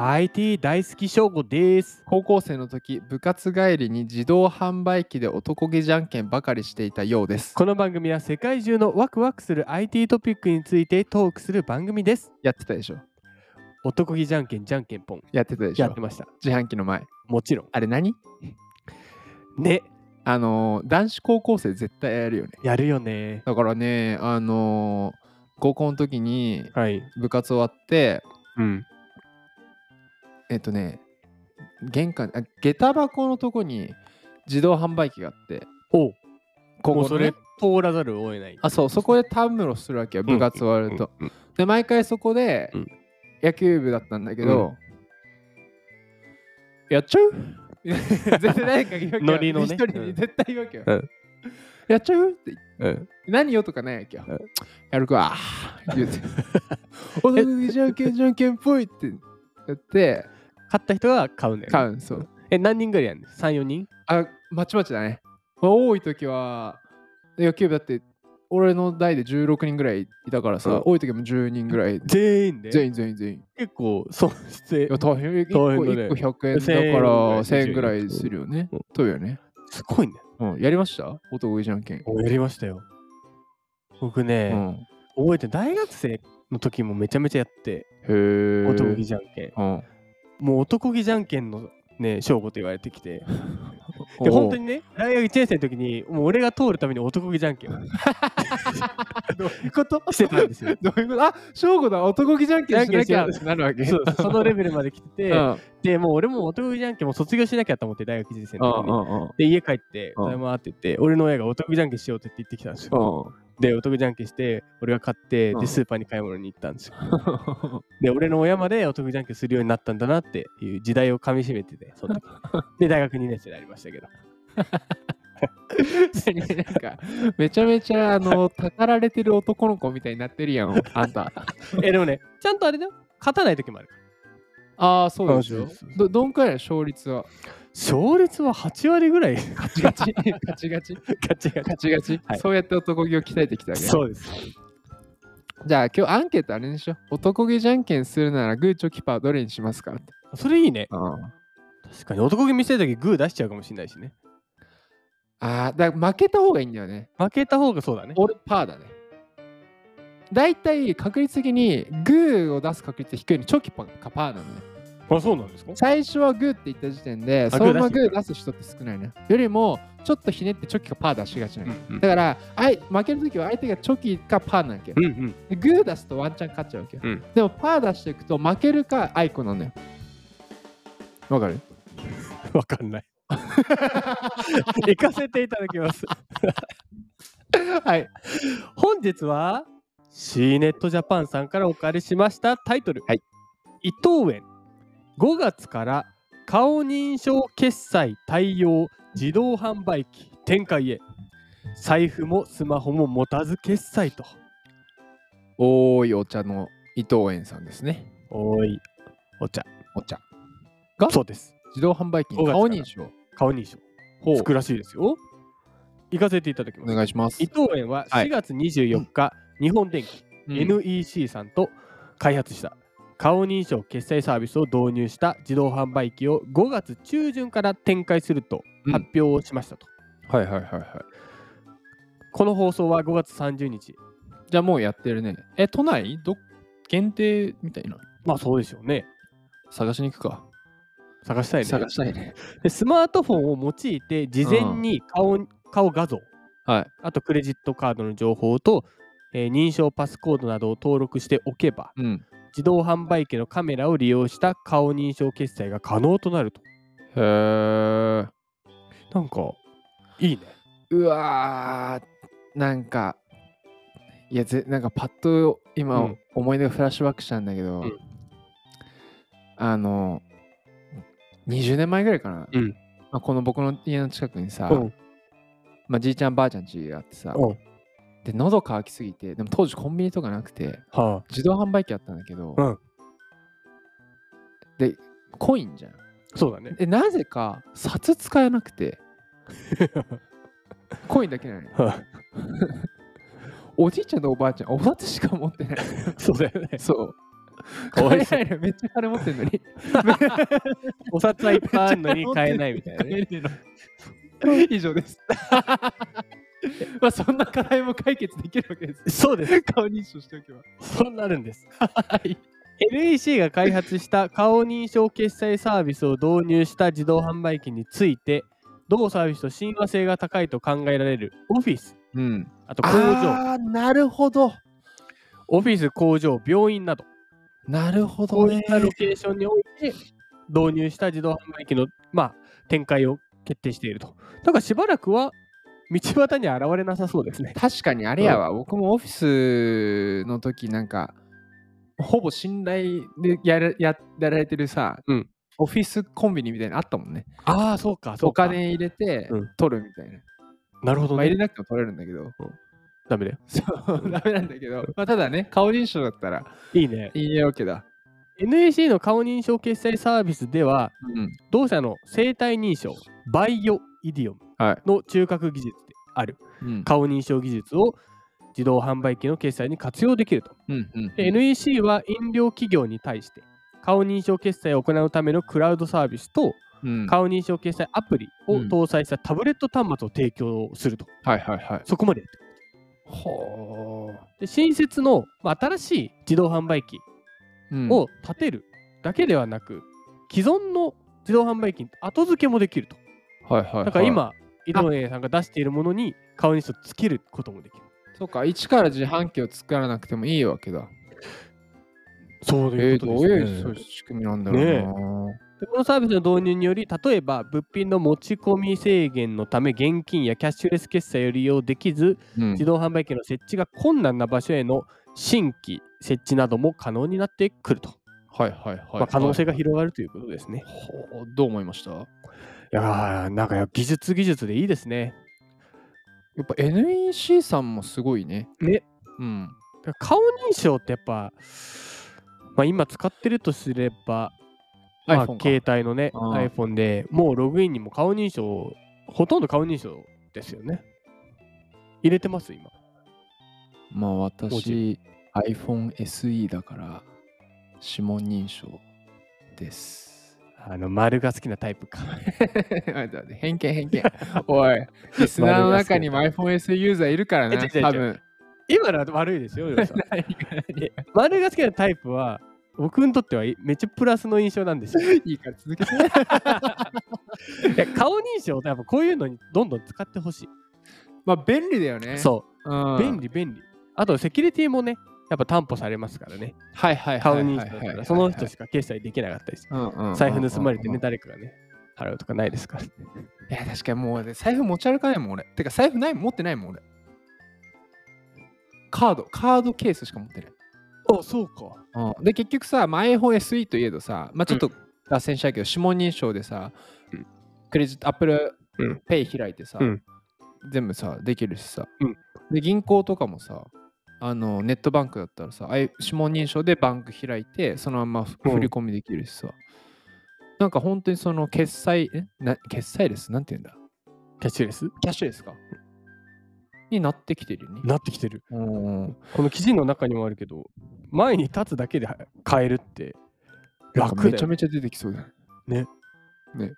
IT 大好き翔吾です。高校生の時部活帰りに自動販売機で男気じゃんけんばかりしていたようですこの番組は世界中のワクワクする IT トピックについてトークする番組です。やってたでしょ男気じゃんけんじゃんけんぽん。やってたでしやょってました。自販機の前もちろん。あれ何ね、あのー男子高校生絶対やるよねやるよね。だからねあのー高校の時にはい。部活終わってうん。えっとね玄関あ下駄箱のとこに自動販売機があっておう、こもうこそのれね通らざるを得ない。あそうそこでタムロするわけよ部活終わると、うん。で毎回そこでうん野球部だったんだけど、やっちゃ う絶対誰かが言うわけよノリのね一人でうん絶対言うわけよ、うんやっちゃうってうん何よとかないわけよ、うんやるか言 うておどくじゃんけんじゃんけんぽいってやって勝った人が買うんだよ、ね。買うんそうえ、何人ぐらいやんの ?3、4人あまちまちだね、まあ、多い時は野球部だって俺の代で16人ぐらいいたからさ、うん多い時も10人ぐらい全員で全員全員全員結構損していや、大変。1個大変だね1個100円1000円ぐらいだから1000円ぐらいするよねうん。そうよね。すごいね。うん。やりました男気じゃんけん。やりましたよ。僕うね、ん。覚えてる大学生の時もめちゃめちゃやって、へー。男気じゃんけん。うん。もう男気じゃんけんのね、翔吾と言われてきて。で、お本当にね、大学1年生の時に、もう俺が通るために男気じゃんけん をどういうことしてたんですよ。 どういうことあ、正吾だ。男気じゃんけんしなきゃじゃんけんしなるわけ。そうそのレベルまで来てて、うん。で、もう俺も男気じゃんけんも卒業しなきゃと思って、大学1年生うんの時に。うんうん。で、家帰って、うんただいまって言って、俺の親が男気じゃんけんしようって言ってきたんですよ。で、男気じゃんけんして、俺が買って、うで、んスーパーに買い物に行ったんですよ。で、俺の親まで男気じゃんけんするようになったんだなっていう時代をかみしめてて、そ の時。で、大学2年生になりましたけど。 なんかめちゃめちゃあのたかられてる男の子みたいになってる やんあんたえ、でもね、ちゃんとあれだよ。勝たない時もあるから。ああそうでしあそょうそうそうどどんくらいの勝率 は勝率は8割ぐらいガガチガチガチガチチガガチガチ、はいそうやって男気を鍛えてきたわけチ。ねそうです。じゃあ今日アンケートあれにしよう。男気じゃんけんするならグーチョキパーどれにしますかって。それいいね。あ確かに男気見せる時グー出しちゃうかもしれないしね。あー、だから負けた方がいいんだよね。負けた方がそうだね。俺パーだね。だいたい確率的にグーを出す確率低いのチョキパーかパーなのね。あ、そうなんですか最初はグーって言った時点で、あそのままググー出してるー出す人って少ないね。よりも、ちょっとひねってチョキかパー出しがちなうんの。うんだから、あい負けるときは相手がチョキかパーなわけ。うんうん。でグー出すとワンチャン勝っちゃうわけよ、うんでもパー出していくと負けるかアイコなのよわかるわかんない。 行かせていただきます。はい本日は C ネットジャパンさんからお借りしましたタイトル、はい伊藤園5月から顔認証決済対応自動販売機展開へ財布もスマホも持たず決済とおいお茶の伊藤園さんですねおいお茶お茶そうです自動販売機に5月から顔認証顔認証ほつくらしいですよ行かせていただきおます願いします伊藤園ははい4月24日、日本電機うん NEC さんと開発した顔認証決済サービスを導入した自動販売機を5月中旬から展開するとうん発表をしましたと、はいはいはいはいこの放送は5月30日じゃあもうやってるねえ都内ど限定みたいなまあそうでしょうね探しに行くか、探したいね探したいねでスマートフォンを用いて事前に顔,、顔画像はいあとクレジットカードの情報と、えー認証パスコードなどを登録しておけばうん自動販売機のカメラを利用した顔認証決済が可能となるとへえなんかいいねうわーなんかいやぜなんかパッと今、うん思い出がフラッシュバックしたんだけど、うんあの20年前ぐらいかな、うんまあ、この僕の家の近くにさ、うんまあ、じいちゃんばあちゃん家があってさ、うんで喉乾きすぎてでも当時コンビニとかなくては自動販売機あったんだけど、うんでコインじゃんあそうだねでなぜか札使えなくてコインだけなのよ は おじいちゃんとおばあちゃんお札しか持ってないいそうだよね。そう。かわいそう買えないのよめっちゃ金持ってんのに。 お札はいっぱいあるのに買えないみたいなね。買えねえの以上です。 まあそんな課題も解決できるわけです。そうです。顔認証しておけば。そうなるんです。はい。 NEC が開発した顔認証決済サービスを導入した自動販売機について、同サービスと親和性が高いと考えられるオフィス、うん。あと工場、ああ、なるほど。オフィス、工場、病院など、なるほこどういねっ。たロケーションにおいて導入した自動販売機の、まあ、展開を決定していると。だからしばらくは道端に現れなさそうですね。確かにあれやわ、僕もオフィスの時なんか、ほぼ信頼でやらややられてるさ、うんオフィスコンビニみたいなのあったもんね。ああ、そうか、お。金入れてうん取るみたいな。なるほどまあ、入ねれ。なくても取れるんだけど、 ダメだよ。そう、ダメなんだけど、まあ、ただね、顔認証だったらいいね。いいわけだ。 NEC の顔認証決済サービスでは、うん。同社の生体認証バイオイディオムはいの中核技術であるうん。顔認証技術を自動販売機の決済に活用できると。うん。うんで NEC は飲料企業に対して顔認証決済を行うためのクラウドサービスとうん。はい顔認証決済アプリを搭載したタブレット端末を提供すると。はいはい。そこまでやってるほで新設の、まあ、新しい自動販売機う。うん、を建てるだけではなく、既存の自動販売機に後付けもできると。はいはい、はい。だから、今、井上さんが出しているものに顔認証つけることもできる。そうか、一から自販機を作らなくてもいいわけだ。そうえー、どういうこそういう仕組みなんだろうな。ねのサービスの導入により、例えば物品の持ち込み制限のため、現金やキャッシュレス決済を利用できず、うん自動販売機の設置が困難な場所への新規設置なども可能になってくると。はいはいはい、まあ、可能性が広がるということですね。ほうどう思いましたやいやー、なんか技術技術でいいですね。っぱ NEC さんもすごいね。ね。うん。だから顔認証ってやっぱ、まあ、今使ってるとすれば、まあ、 iPhone か携帯のね、あー iPhone でもうログインにも顔認証、ほとんど顔認証ですよね。入れてます、今。まあ文私、iPhone SE だから、指紋認証 です。あの、丸が好きなタイプか。偏見偏 見。おい、リスナーの中にも iPhone SE ユーザーいるからえ違な、う違う多分。 今のは悪いですよ、ヨルさんえ丸が好きなタイプは、僕にとってはめっちゃプラスの印象なんです よ。いいから続けて。いや顔認証ってやっぱこういうのにどんどん使ってほしい。まあ便利だよね。。そうう、ん、便。利便利。あと、セキュリティもね、やっぱ担保されますからね。はいはいはい顔はい認は証いだはい。から、その人しか決済できなかったりする。うんうんうんうん、財布盗まれてうんね、誰かがね、払うとかないですから。いや、確かにもうね財布持ち歩かないもん俺。てか財布ない持ってないもん俺。カード、カードケースしか持ってない。あ、そうか。で、結局さ、まあ、iPhone SE といえどさ、まあ、ちょっと脱線したけど、指紋認証でさ、うんクレジット、Apple うん Pay 開いてさ、うん全部さ、できるしさ、うんで、銀行とかもさ、あのネットバンクだったらさ、あい指紋認証でバンク開いて、そのままふうん振り込みできるしさ、なんか本当にその決済、えな決済です、なんて言うんだキャッシュレスキャッシュレスか。になってきてるよね。なってきてる。うんこの記事の中にもあるけど、前に立つだけで買えるってなんか楽めだちゃよ。めちゃ出てきそうだね。ね。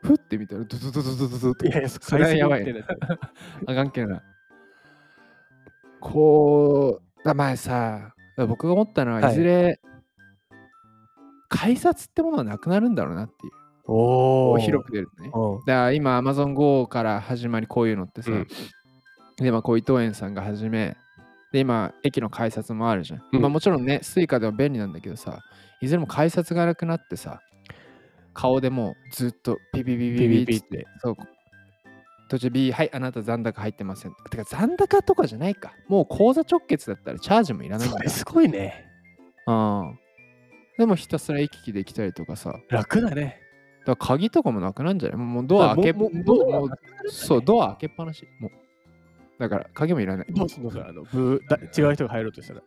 ふってみたら、ドドドドドドドっていやいや、それはやばい買すぎみたなやあかんけどな。こう、だ前さ、僕が思ったのは、はいいずれ、改札ってものはなくなるんだろうなっていう。つ。おこお。う広く出るとね。うん。だから今 AmazonGo から始まりこういうのってさ、うんでまあこう伊藤園さんが始めで今駅の改札もあるじゃん、うんまあもちろんねスイカでも便利なんだけどさいずれも改札がなくなってさ顔でもうずっとピピピピビビピピビっってて。そう途中 B はいあなた残高入ってませんてか残高とかじゃないかもう口座直結だったらチャージもいらないんそだれすごいね。うんでもひたすら行き来できたりとかさだか楽だね。ら鍵とかもなくなんじゃないもうドア開けももドアももうそう、ドア開けっぱなし。もうだから、鍵もいらない。どうすんのそれあのぶだ違う人が入ろうとしたら。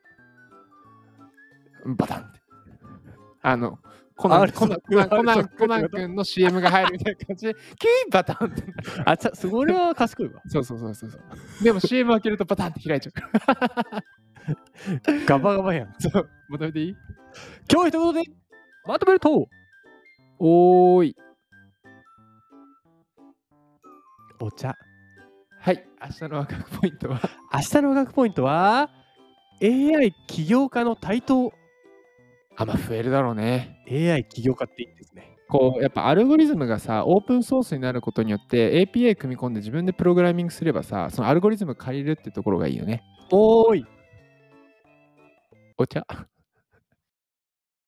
バタンって。あの、コナあン、れコナン、コそうナン、コナあンれそうコナン君の CM が入るみたいな 感じで、キーバタンって。あ、ちゃそれは賢いわ。そうそうそうそうそう。でも CM 開けるとバタンって開いちゃうから。ガバガバやん。そう、まとめていい今日一言でまとめるとおーい。お茶はい。明日のワクワクポイントは。明日の学ポイントは AI 起業家の台頭あ、まあ増えるだろうね。 AI 起業家っていいですねこう、やっぱアルゴリズムがさ、オープンソースになることによって、APA 組み込んで自分でプログラミングすればさ、そのアルゴリズム借りるってところがいいよね。おーいお茶